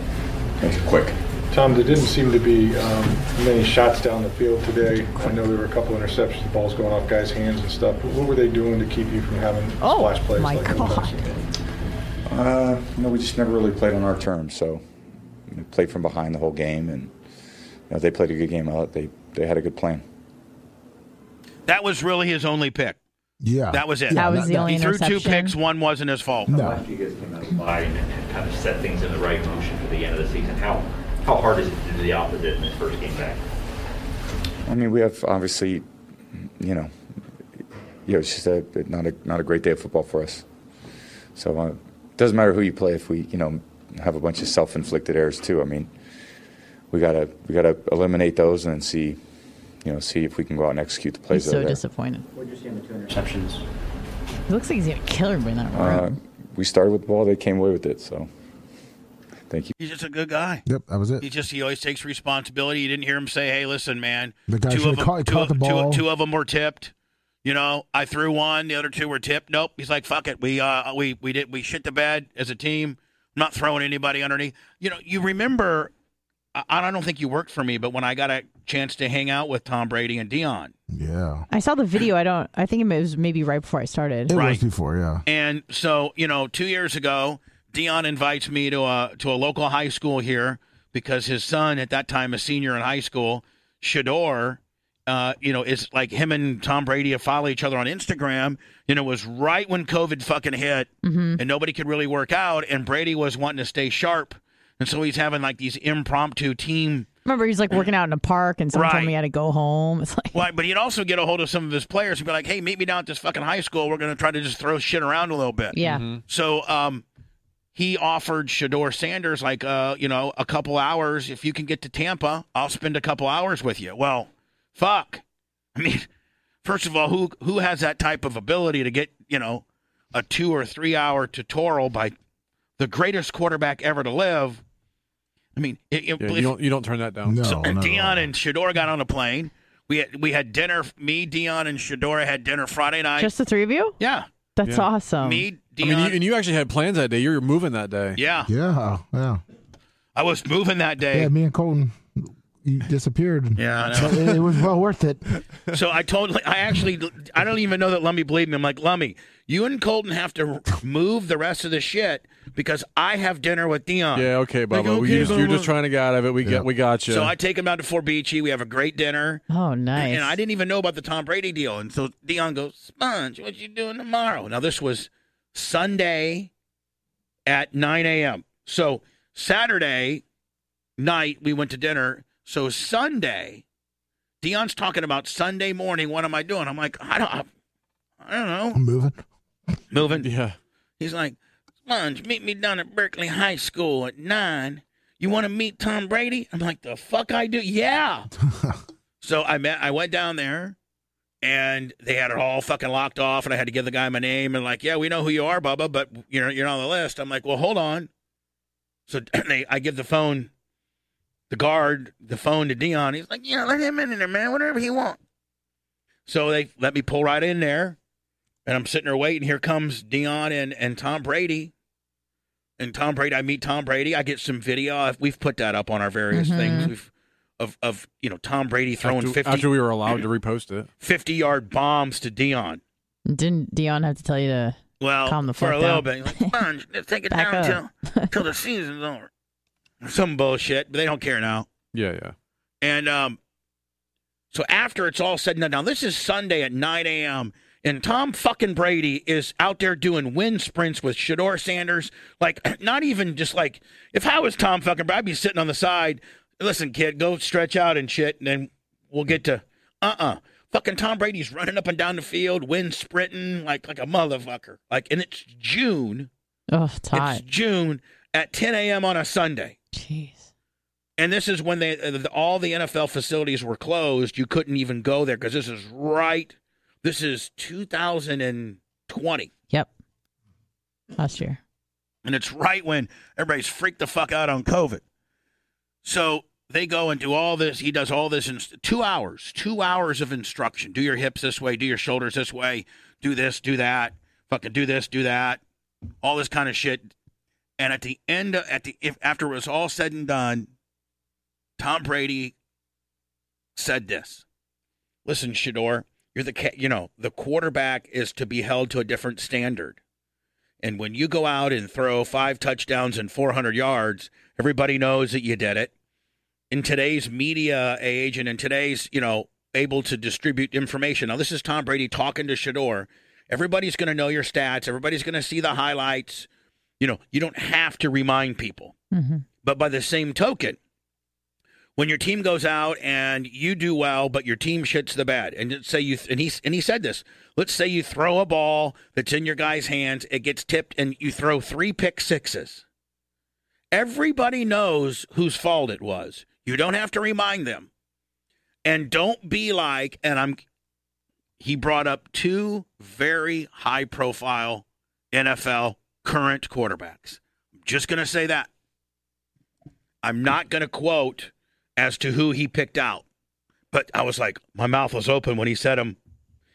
Make it quick. Tom, there didn't seem to be um, many shots down the field today. I know there were a couple interceptions, the ball's going off guys' hands and stuff. But what were they doing to keep you from having splash plays? Oh my like in the God. Uh, you know, we just never really played on our terms. So, you know, played from behind the whole game, and you know, they played a good game. I thought they they had a good plan. That was really his only pick. Yeah. That was it. That was the he only threw two interception. picks. One wasn't his fault. No. You guys came out of line and had kind of set things in the right motion for the end of the season. How how hard is it to do the opposite in this first game back? I mean, we have obviously, you know, you know, it's just a not a not a great day of football for us. So uh, it doesn't matter who you play if we, you know, have a bunch of self-inflicted errors too. I mean, we gotta we gotta eliminate those and then see, you know, see if we can go out and execute the plays. He's that so are there. disappointed. What'd you see on the two interceptions? He looks like he's gonna kill everybody in that room. Uh, we started with the ball; they came away with it. So, thank you. He's just a good guy. Yep, that was it. He just he always takes responsibility. You didn't hear him say, "Hey, listen, man." The guy two should've of them, caught- two, caught the two- ball. two of them were tipped. You know, I threw one. The other two were tipped. Nope. He's like, "Fuck it. We uh we we did we shit the bed as a team. I'm not throwing anybody underneath." You know, you remember? I, I don't think you worked for me, but when I got a chance to hang out with Tom Brady and Dion, Yeah. I saw the video. I don't. I think it was maybe right before I started. It was before, yeah. And so, you know, two years ago, Dion invites me to a to a local high school here because his son, at that time a senior in high school, Shador, uh, you know, is like him and Tom Brady follow each other on Instagram. You know, it was right when COVID fucking hit, and nobody could really work out, and Brady was wanting to stay sharp, and so he's having like these impromptu team Remember, he's like working out in a park, and someone Right. told me he had to go home. It's like Well, but he'd also get a hold of some of his players and be like, "Hey, meet me down at this fucking high school. We're going to try to just throw shit around a little bit." Yeah. Mhm. So, um, he offered Shador Sanders like, uh, you know, a couple hours. If you can get to Tampa, I'll spend a couple hours with you. Well, fuck. I mean, first of all, who who has that type of ability to get you know a two or three hour tutorial by the greatest quarterback ever to live? I mean, it, it- Yeah, if- you don't you don't turn that down. so, and Dion and Shador got on a plane. We had we had dinner. Me, Dion, and Shador had dinner Friday night. just the three of you. Yeah, that's Yeah. awesome. me, I Dion. mean, you, and you actually had plans that day. You were moving that day. yeah, Yeah. Yeah. I was moving that day. Yeah, me and Colton, you disappeared. Yeah, I know. But it, it was well worth it. So I told, I actually, I don't even know that Lummy believed me. I'm like, Lummy, you and Colton have to move the rest of the shit because I have dinner with Dion. Yeah. Okay, Like, Bubba. we, you okay, are just Bubba. trying to get out of it. We got we got you. So I take him out to Fort Beachy. We have a great dinner. Oh, nice. And, and I didn't even know about the Tom Brady deal. And so Dion goes, Sponge, what you doing tomorrow? Now, this was Sunday at 9 a.m. So Saturday night, we went to dinner. So Sunday, Dion's talking about Sunday morning. What am I doing? I'm like, I don't, I don't know. I'm moving. Moving. Yeah. He's like, Sponge, meet me down at Berkeley High School at nine. You want to meet Tom Brady? I'm like, the fuck I do? Yeah. so I met, I went down there, and they had it all fucking locked off, and I had to give the guy my name, and like, yeah, we know who you are, Bubba, but [clears throat] you know you're not on the list. I'm like, well, hold on. So they, I give the phone the guard the phone to Dion. He's like, yeah, let him in there, man. Whatever he wants. So they let me pull right in there, and I'm sitting there waiting. Here comes Dion and and Tom Brady. And Tom Brady, I meet Tom Brady. I get some video. I- We've put that up on our various Mhm. things. We've of of you know Tom Brady throwing after, 50, after we were allowed to repost it. 50 yard bombs to Dion. Didn't Dion have to tell you to Well, calm the for fuck a little down? bit. He's like, come [laughs] on, let's take it Back down up. till, till the season's over. Some bullshit, but they don't care now. Yeah, yeah. And um, so after it's all said and done, now this is Sunday at 9 a.m. And Tom fucking Brady is out there doing wind sprints with Shador Sanders. Like, [clears throat] not even just like, if I was Tom fucking Brady, I'd be sitting on the side. Listen, kid, go stretch out and shit, and then we'll get to uh uh Fucking Tom Brady's running up and down the field, wind sprinting like like a motherfucker. Like, and it's June. Oh, it's hot. It's June at 10 a.m. on a Sunday. Jeez. And this is when they uh, the, all the NFL facilities were closed. You couldn't even go there because this is right. This is 2020, Yep. Last year. and it's right when everybody's freaked the fuck out on COVID. So they go and do all this. He does all this in s- two hours. Two hours of instruction. Do your hips this way. Do your shoulders this way. Do this. Do that. Fucking do this. Do that. All this kind of shit. And at the end, of, at the if after it was all said and done, Tom Brady said this. Listen, Shador, you're the ca- you know the quarterback is to be held to a different standard. And when you go out and throw five touchdowns and 400 yards, everybody knows that you did it. In today's media age and in today's, you know, able to distribute information. Now, this is Tom Brady talking to Shador. Everybody's going to know your stats. Everybody's going to see the highlights. You know, you don't have to remind people. But by the same token, when your team goes out and you do well, but your team shits the bed, and let's say you and he and he said this. Let's say you throw a ball that's in your guy's hands, it gets tipped, and you throw three pick sixes. Everybody knows whose fault it was. You don't have to remind them, and don't be like. And I'm. He brought up two very high-profile NFL current quarterbacks. I'm just gonna say that. I'm not going to quote as to who he picked out, but I was like, my mouth was open when he said him.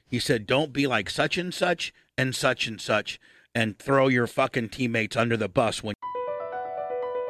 He said, "Don't be like such and such and such and such, and throw your fucking teammates under the bus when." [laughs]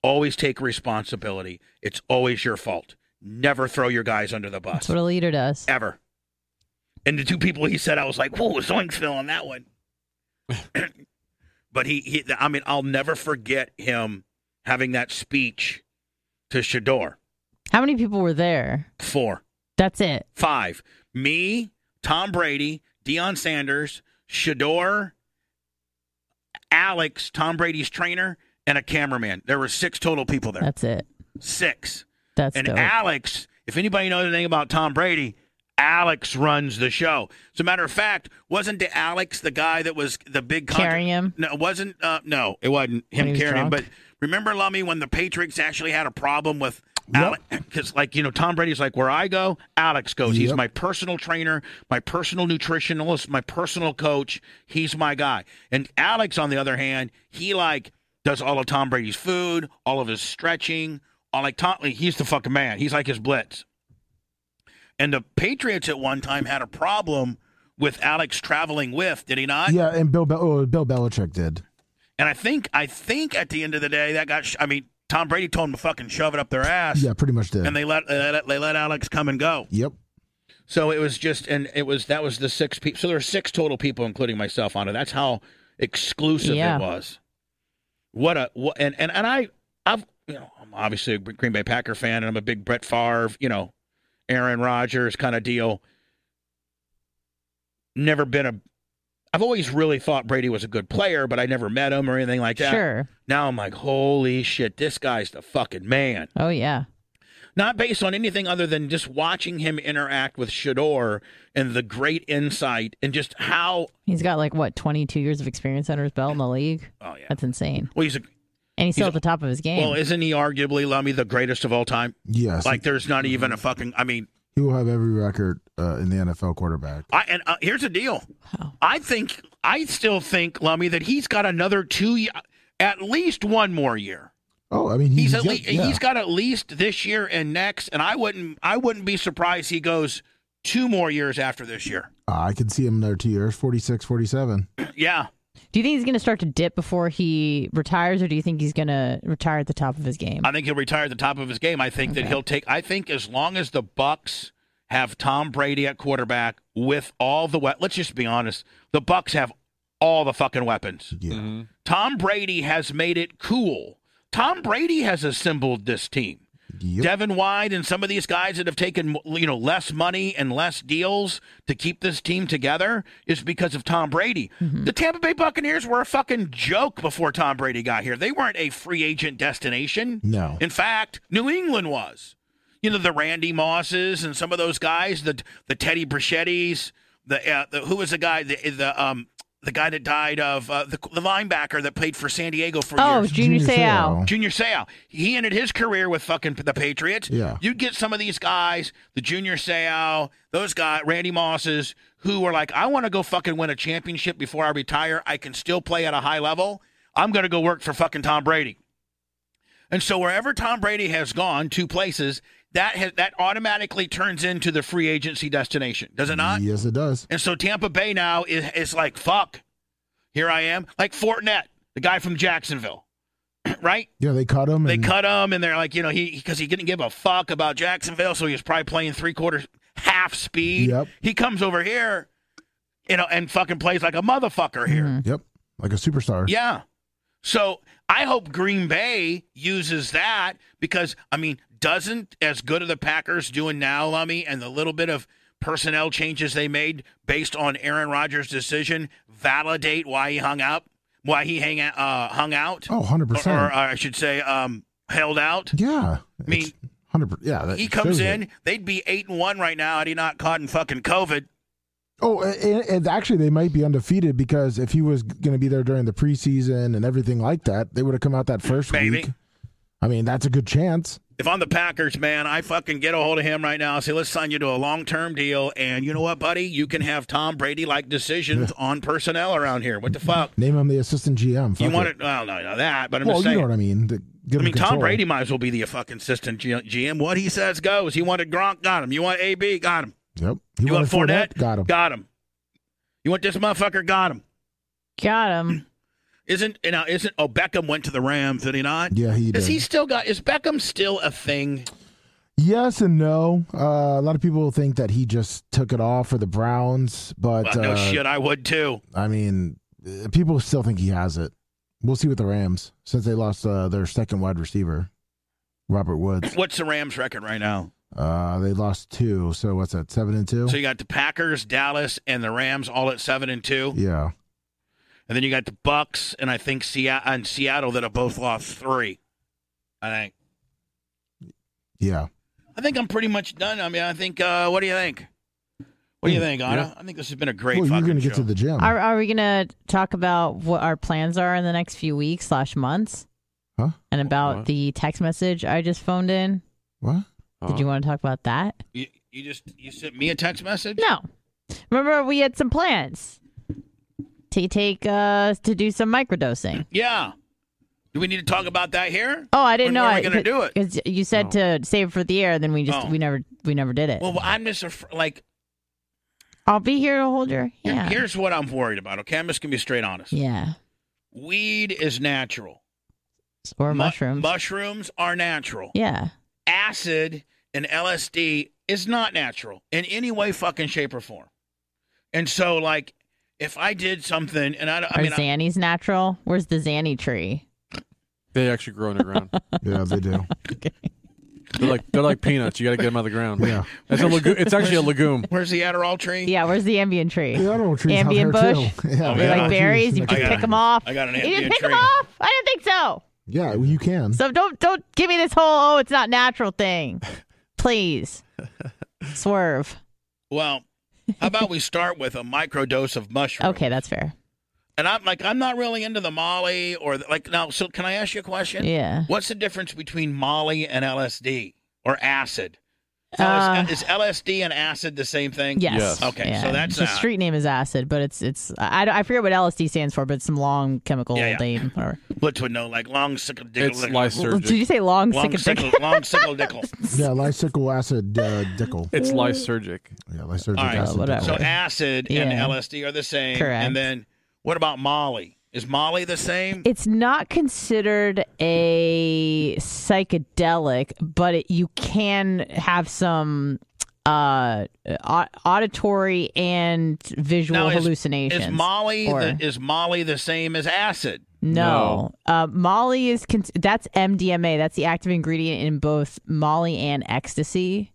Always take responsibility. It's always your fault. Never throw your guys under the bus. That's what a leader does. Ever. And the two people he said, I was like, whoa, Zoinksville on that one. but he, he, I mean, I'll never forget him having that speech to Shador. How many people were there? Four, That's it. five. Me, Tom Brady, Deion Sanders, Shador, Alex, Tom Brady's trainer, and a cameraman. There were six total people there. That's it. Six. That's and dope. Alex, if anybody knows anything about Tom Brady, Alex runs the show. As a matter of fact, wasn't the Alex the guy that was the big contr- Carrying him? No, it wasn't. Uh, no, it wasn't him When he was carrying him. But drunk? remember, Lummy, when the Patriots actually had a problem with Alex, because like you know, Tom Brady's like where I go, Alex goes. He's Yep. my personal trainer, my personal nutritionalist, my personal coach. He's my guy. And Alex, on the other hand, he like does all of Tom Brady's food, all of his stretching, all like Tom. like, He's the fucking man. He's like his blitz. And the Patriots at one time had a problem with Alex traveling with, did he not? yeah, and Bill Be- oh, Bill Belichick did. And I think I think at the end of the day that got. Sh- I mean, Tom Brady told him to fucking shove it up their ass. Yeah, pretty much did. And they let they let, they let Alex come and go. Yep. So it was just, and it was that was the six people. So there were six total people, including myself, on it. That's how exclusive Yeah. it was. What a what, and and and I I've you know I'm obviously a Green Bay Packer fan, and I'm a big Brett Favre, you know, Aaron Rodgers kind of deal. Never been a. I've always really thought Brady was a good player, but I never met him or anything like that. Sure. Now I'm like, holy shit, this guy's the fucking man. Oh yeah. not based on anything other than just watching him interact with Shador and the great insight and just how He's got like what 22 years of experience under his belt in the league. Oh yeah, that's insane. well he's a, And he's still he's at the top of his game. well isn't he arguably Lummy the greatest of all time? Yes. Like there's not even a fucking I mean He will have every record uh, in the NFL quarterback. I and uh, here's the deal. I think I still think Lummy that he's got another two ye- at least one more year. Oh, I mean, he's, He's at yeah, least yeah. he's got at least this year and next, and I wouldn't I wouldn't be surprised he goes two more years after this year. Uh, I could see him another two years, 46, 47. Yeah. Do you think he's going to start to dip before he retires, or do you think he's going to retire at the top of his game? I think he'll retire at the top of his game. I think that he'll take. I think as long as the Bucks have Tom Brady at quarterback with all the we- let's just be honest, the Bucks have all the fucking weapons. Yeah. Tom Brady has made it cool. Tom Brady has assembled this team. Devin Wide and some of these guys that have taken you know less money and less deals to keep this team together is because of Tom Brady. The Tampa Bay Buccaneers were a fucking joke before Tom Brady got here. They weren't a free agent destination. No. In fact, New England was. You know the Randy Mosses and some of those guys, the the Teddy Brichettis, the, uh, the who was the guy the the um the guy that died of uh, the, the linebacker that played for San Diego for Oh, years. Junior Junior Seau. Seau. Junior Seau. He ended his career with fucking the Patriots. Yeah. You'd get some of these guys, the Junior Seau, those guys, Randy Mosses, who were like, I want to go fucking win a championship before I retire. I can still play at a high level. I'm going to go work for fucking Tom Brady. And so wherever Tom Brady has gone, two places, that has, that automatically turns into the free agency destination, does it not? Yes, it does. And so Tampa Bay now is, is like, fuck, here I am. Like Fortinet, the guy from Jacksonville, [clears throat] right? Yeah, they cut him. They and cut him, and they're like, you know, he because he didn't give a fuck about Jacksonville, so he was probably playing three quarters, half speed. Yep. He comes over here, you know, and fucking plays like a motherfucker here. Yep. Like a superstar. Yeah. So I hope Green Bay uses that because I mean, doesn't as good of the Packers doing now, Lummy, and the little bit of personnel changes they made based on Aaron Rodgers' decision validate why he hung up, why he hang out, uh, hung out. Oh, 100%. Or, or I should say, um, held out. Yeah. I mean, 100%. Yeah. that he comes shows it. in, they'd be eight and one right now had he not caught in fucking COVID. Oh, and, and actually, they might be undefeated because if he was going to be there during the preseason and everything like that, they would have come out that first Maybe. week. I mean, that's a good chance. If I'm the Packers, man, I fucking get a hold of him right now. Say, let's sign you to a long term deal. And you know what, buddy? You can have Tom Brady like decisions on personnel around here. What the fuck? Name him the assistant GM. you Fuck want it. it? Well, no, no, that, but I'm well, just you saying. know what I mean. The, give I him mean, Tom control. Brady might as well be the fucking assistant G- GM. What he says goes. He wanted Gronk, got him. You want AB, got him. Yep. He you want wanted Fournette, Got him. Got him. You want this motherfucker, got him. Got [clears throat] him. Isn't you know? Isn't oh Beckham went to the Rams? Did he not? Yeah, he Is did. he still got? Is Beckham still a thing? Yes and no. Uh, a lot of people think that he just took it all for the Browns, but Well, no uh, shit, I would too. I mean, uh, people still think he has it. We'll see with the Rams since they lost uh, their second wide receiver, Robert Woods. What's the Rams record right now? Uh, they lost two, so what's that? Seven and two. So you got the Packers, Dallas, and the Rams all at seven and two, yeah. and then you got the Bucks and I think Seattle and Seattle that have both lost three. I think. Yeah. I think I'm pretty much done. I mean, I think. Uh, what do you think? What do you Hmm, think, Anna? yeah. I think this has been a great. well, you're fucking gonna show. get to the gym. Are, are we going to talk about what our plans are in the next few weeks slash months? Huh? And about What? the text message I just phoned in? What? Did you want to talk about that? You, you just you sent me a text message. No. Remember, we had some plans to take uh, to do some microdosing. Yeah. Do we need to talk about that here? Oh, I didn't When know were I we going to do it. because you said to save it for the air. Then we just Oh. we never we never did it. Well, I'm just afr- like I'll be here to hold your hand. here's what I'm worried about. Okay, I'm just gonna be straight honest. Yeah, Weed is natural. or Mu- mushrooms. Mushrooms are natural. yeah, acid and LSD is not natural in any way, fucking shape or form. And so, like, if I did something, and I, don't- I are mean, I, Xannies natural? Where's the Xanny tree? They actually grow underground. Yeah, [laughs] they do. They're like they're like peanuts. You got to get them out of the ground. Yeah. It's a lagoon. It's actually a legume. where's the Adderall tree? Yeah, where's the Ambien tree? The other trees out Ambien there, too. [laughs] bush. Yeah, yeah. They're Oh, like berries. geez. You I can got pick a- them off. I got an You can Ambien pick tree. them off. I didn't think so. [laughs] Yeah, well, you [laughs] can. So don't don't give me this whole oh it's not natural thing. Please. Swerve. [laughs] Well, how about we start with a microdose of mushroom? Okay, that's fair. And I'm like, I'm not really into the Molly or the, like now. So can I ask you a question? Yeah. What's the difference between Molly and LSD or acid? Now, is, is LSD and acid the same thing? Uh. Yes. Okay, Yeah. so that's the not- street name is acid, but it's it's I, I forget what LSD stands for, but it's some long chemical Yeah, yeah. name or Blitz would know, like long sickle dickle. It's [laughs] lysergic. Did you say long long sickle dickle? sickle long sickle dickle? Yeah, lysergic acid uh, dickle. It's lysergic. Yeah, lysergic All right. acid. dickle. So acid and Yeah. LSD are the same. Correct. And then what about Molly? Is Molly the same? [laughs] It's not considered a psychedelic, but it, you can have some uh au- auditory and visual Now, is- hallucinations. Is Molly or- the, is Molly the same as acid? No. Uh, Molly is con- that's MDMA. That's the active ingredient in both Molly and ecstasy.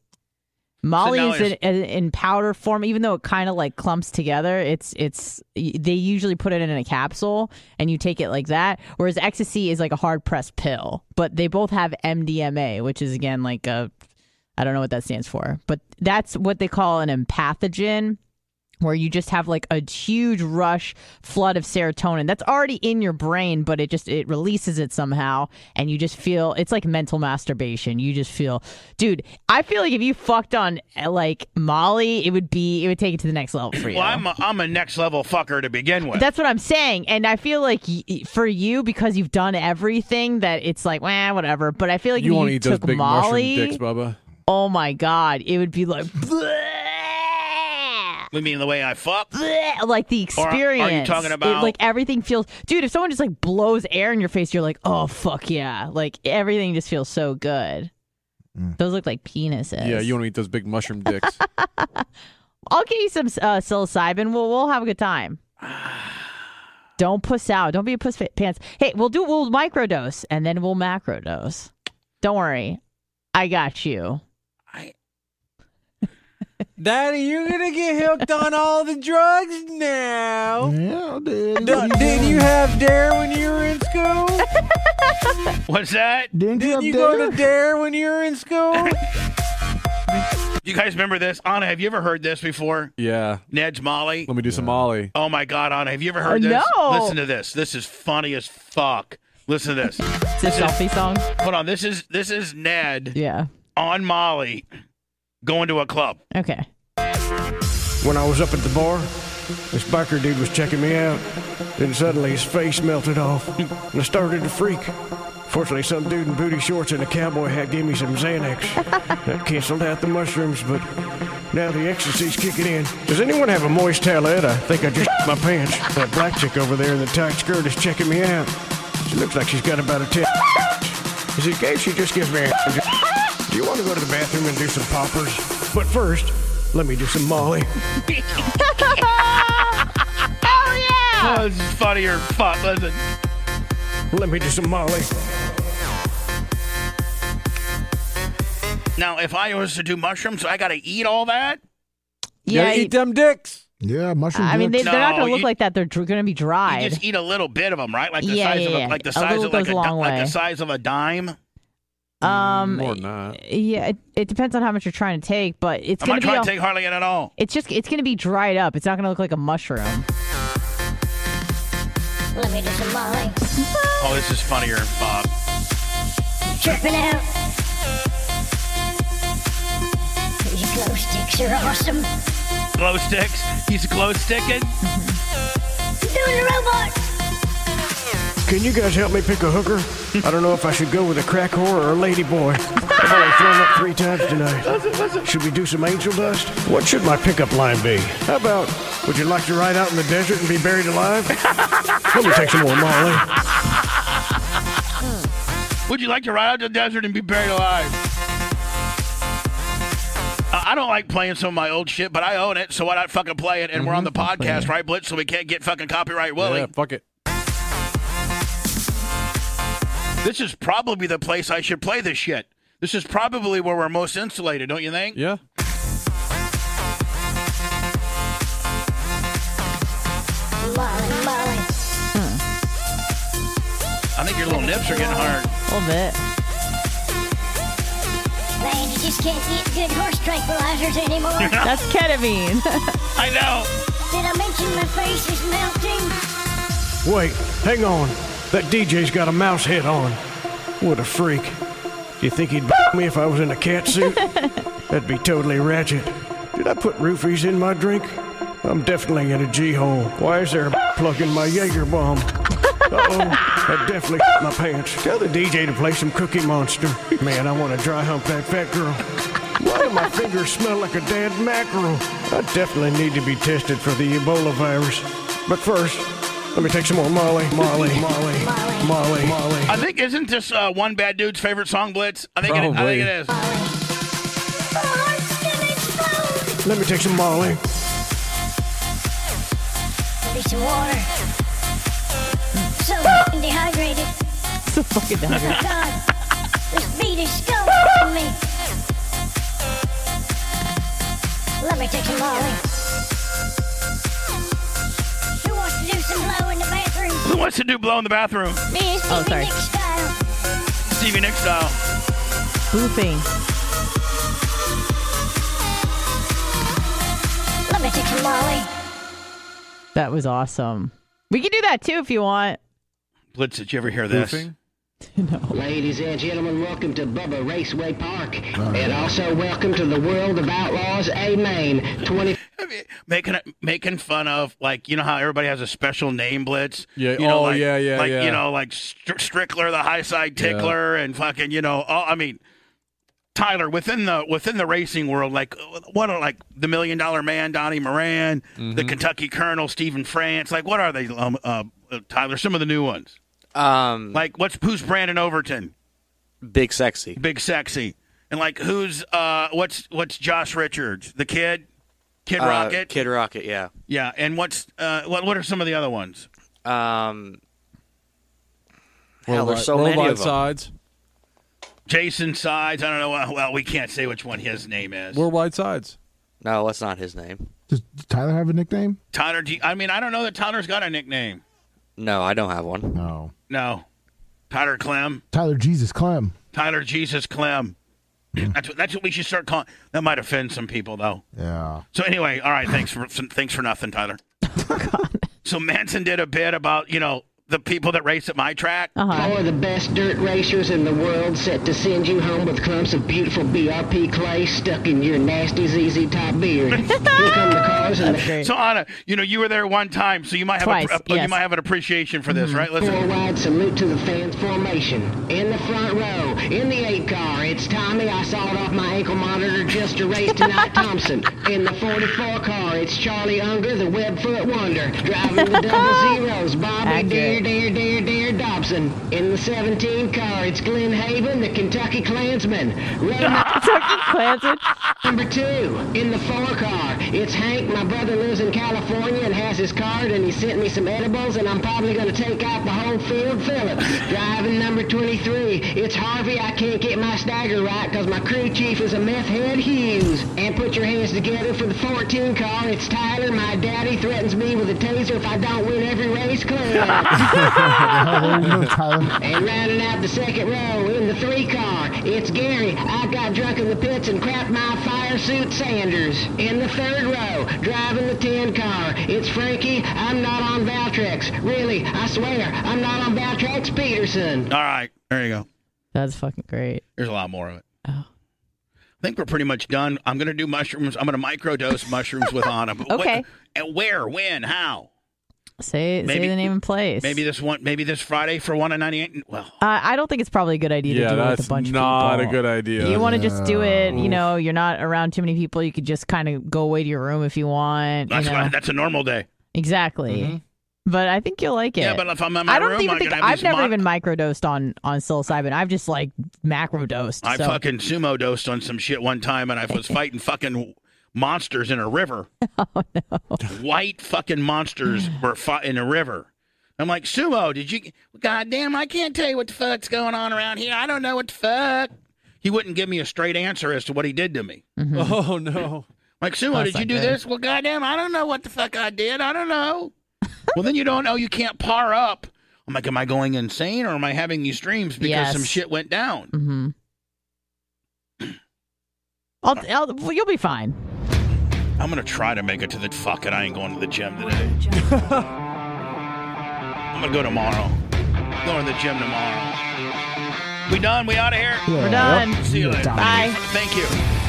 Molly now is in, it's- in, in powder form, even though it kind of like clumps together. It's it's y- they usually put it in a capsule and you take it like that. Whereas ecstasy is like a hard pressed pill, but they both have MDMA, which is again like a I don't know what that stands for, but that's what they call an empathogen where you just have like a huge rush flood of serotonin that's already in your brain but it just it releases it somehow and you just feel it's like mental masturbation you just feel dude i feel like if you fucked on uh, like molly it would be it would take it to the next level for you Well, I'm a, I'm a next level fucker to begin with. that's what i'm saying and i feel like y- y- for you because you've done everything that it's like well whatever but i feel like you if won't you eat those took big molly mushroom dicks, Bubba. oh my god it would be like [laughs] we mean the way I fuck. bleh, like the Or are- are you experience. talking It- about- like everything feels, dude? If someone just like blows air in your face, you're like, oh fuck yeah! Like everything just feels so good. Those look like penises. Yeah, you want to eat those big mushroom [laughs] dicks. I'll get you some uh, psilocybin. We'll we'll have a [sighs] good time. Don't puss out. Don't be a puss fa- pants. Hey, we'll do we'll microdose and then we'll macrodose. Don't worry, I got you. Daddy, you're gonna get hooked on all the drugs now. Yeah, dude. did you have Dare when you were [laughs] in school? What's that? Didn't you, go to Dare when you were [laughs] in school? You guys remember this? Anna, have you ever heard this before? yeah. Ned's Molly. Let me do some Molly. Oh my God, Anna, have you ever Uh, heard this? no. Listen to this. This is funny as fuck. Listen to this. It's a selfie song. Hold on. This is this is Ned Yeah. on Molly going to a club. Okay. When I was up at the bar, this biker dude was checking me out. Then suddenly his face melted off, and I started to freak. Fortunately, some dude in booty shorts and a cowboy hat gave me some Xanax. that canceled out the mushrooms, but now the ecstasy's kicking in. Does anyone have a moist towelette? I think I just [laughs] my pants. That black chick over there in the tight skirt is checking me out. She looks like she's got about a 10. Is it okay if she just gives me a... Do you want to go to the bathroom and do some poppers? But first, let me do some Molly. Oh, this is funnier than fuck. Listen. Let me do some Molly. Now, if I was to do mushrooms, I got to eat all that. Yeah, Gotta eat you- them dicks. Yeah, mushroom. I mean, they, dicks. they're not No, going to look you- like that. They're dr- going to be dried. You just eat a little bit of them, right? Like the Yeah, size yeah, of yeah. a, like the A size little of like goes a, a di- long like way. the size of a dime. um, More than that. Yeah, it, it depends on how much you're trying to take, but it's I'm gonna not be. trying all- to take hardly in at all. it's just it's gonna be dried up. It's not gonna look like a mushroom. Let me do some Molly. Oh, this is funnier than fuck. Tripping out. These glow sticks are awesome. Glow sticks. He's glow sticking. Doing the robot. Can you guys help me pick a hooker? I don't know if I should go with a crack whore or a lady boy. I've already thrown up three times tonight. Should we do some angel dust? What should my pickup line be? How about, would you like to ride out in the desert and be buried alive? Let me take some more Molly. Would you like to ride out to the desert and be buried alive? Uh, I I don't like playing some of my old shit, but I own it, so why not fucking play it? And we're on the podcast, right, Blitz? So we can't get fucking copyright Willie. Yeah, fuck it. This is probably the place I should play this shit. This is probably where we're most insulated, don't you think? Yeah. Molly, Molly. I think your little nips are getting hard. A little bit. Lady just can't eat good horse tranquilizers anymore. [laughs] That's ketamine. [laughs] I know. Did I mention my face is melting? Wait, hang on. That DJ's got a mouse head on. What a freak. Do you think he'd me if I was in a cat suit? That'd be totally ratchet. Did I put roofies in my drink? I'm definitely in a G-hole. Why is there a plug in my Jaeger bomb? Uh-oh, I definitely my pants. Tell the DJ to play some Cookie Monster. Man, I want to dry hump that fat girl. Why do my fingers smell like a dead mackerel? I definitely need to be tested for the Ebola virus. But first, let me take some more Molly, Molly, Molly, Molly, Molly. I think isn't this uh, one bad dude's favorite song, Blitz? I think, it, I Probably. think it is. Let me take some Molly. Give me some water. So f***ing dehydrated. So fucking [laughs] Oh, dehydrated. God. This beat is skulling me. Let me take some Molly. Who wants to do some blow in the bathroom? Who wants to do blow in the bathroom? Me and Stevie Oh, sorry. Nicks style. Stevie Nicks style. Boofing. Let me take some Molly. That was awesome. We can do that too if you want. Blitz, did you ever hear this? Goofing? Ladies and gentlemen, welcome to Bubba Raceway Park, and also welcome to the world of outlaws. Amen. Twenty. Making making fun of like you know how everybody has a special name, Blitz. Yeah, You know, oh, like, yeah, yeah, Like yeah. you know, like Str- Strickler, the high side Yeah. tickler, and fucking you know. All, I mean, Tyler within the within the racing world, like what are like the million dollar man, Donnie Moran, Mm-hmm. the Kentucky Colonel, Stephen France. Like what are they, um, uh, uh, Tyler? Some of the new ones. Um, like what's who's Brandon Overton? Big sexy. Big sexy. And like who's uh what's what's Josh Richards? The kid, Kid Uh, Rocket. Kid Rocket, yeah. Yeah, and what's uh, what? What are some of the other ones? Um, hell, Worldwide- there's so many Worldwide of them. Sides. Jason Sides. I don't know. Well, well, we can't say which one his name is. Worldwide sides. No, that's not his name. Does Tyler have a nickname? Tyler. Do you- I mean, I don't know that Tyler's got a nickname. No, I don't have one. No. No, Tyler Clem, Tyler Jesus Clem. Tyler Jesus Clem. That's what, that's what we should start calling. That might offend some people though. Yeah. So anyway, all right. Thanks for thanks for nothing, Tyler. So Manson did a bit about you know the people that race at my track. Four of the best dirt racers in the world set to send you home with clumps of beautiful BRP clay stuck in your nasty ZZ Top beard. Here come the cars and the So Anna, you know you were there one time, so you might have Twice, a, yes. Mm-hmm. you might have an appreciation for this, right? Four Listen, wide salute to the fans formation. In the front row, in the eight car, it's Tommy. I sawed off my ankle monitor just to race tonight. Thompson. In the 44 car, it's Charlie Unger, the web foot wonder, driving the double zeros. Bobby Dear, [laughs] [laughs] Accurate. Dear, Dear, Dear Dobson. In the 17 car, it's Glenn Haven, the Kentucky Klansman. Kentucky Klansman. Number two, in the four car, it's Hank. My brother lives in California and has his card, and he sent me some edibles, and I'm probably going to take out the whole field Phillips. Driving number 23, it's Harvey. I can't get my stagger right because my crew chief is a meth head Hughes. And put your hands together for the 14 car, it's Tyler. My daddy threatens me with a taser if I don't win every race No, club. Tyler. And rounding out the second row in the three car, it's Gary. I got drunk in the pits and crapped my fire suit Sanders. In the third row, driving the 10 car, it's Frankie. I'm not on Valtrex. Really, I swear, I'm not on Valtrex Peterson. all right, there you go. That's fucking great. There's a lot more of it. I Oh. think we're pretty much done. I'm gonna do mushrooms. I'm gonna microdose mushrooms with Anna. But Okay. What, and where, when, how? Say Maybe- say the name and place. Maybe this one. Maybe this Friday for one and ninety eight. Well, Uh, I don't think it's probably a good idea to Yeah, do it with that's a bunch not of a people. good idea. You want to just do it. Oof. You know, you're not around too many people. You could just kind of go away to your room if you want. you that's know. why- that's a normal day. Exactly. But I think you'll like it. Mm-hmm. Yeah, but if I'm in my I don't room, even I'm think gonna have I've these never mon- even microdosed on on psilocybin. I've just like macro dosed. I so. fucking sumo dosed on some shit one time, and I was fighting fucking monsters in a river. White fucking monsters were fought in a river. I'm like, sumo, did you? Goddamn, I can't tell you what the fuck's going on around here. I don't know what the fuck. He wouldn't give me a straight answer as to what he did to me. [laughs] Oh [laughs] no. Like, sumo, That's did you not do good. this? Well, goddamn, I don't know what the fuck I did. I don't know. well, then you don't know. You can't par up. I'm like, am I going insane or am I having these dreams because Yes. some shit went down? Mm-hmm. I'll, I'll, well, you'll be fine. I'm gonna try to make it to the fuck it. I ain't going to the gym today. I'm gonna go tomorrow. Going to the gym tomorrow. We done. We out of here. We're done. See you later. Bye. Thank you.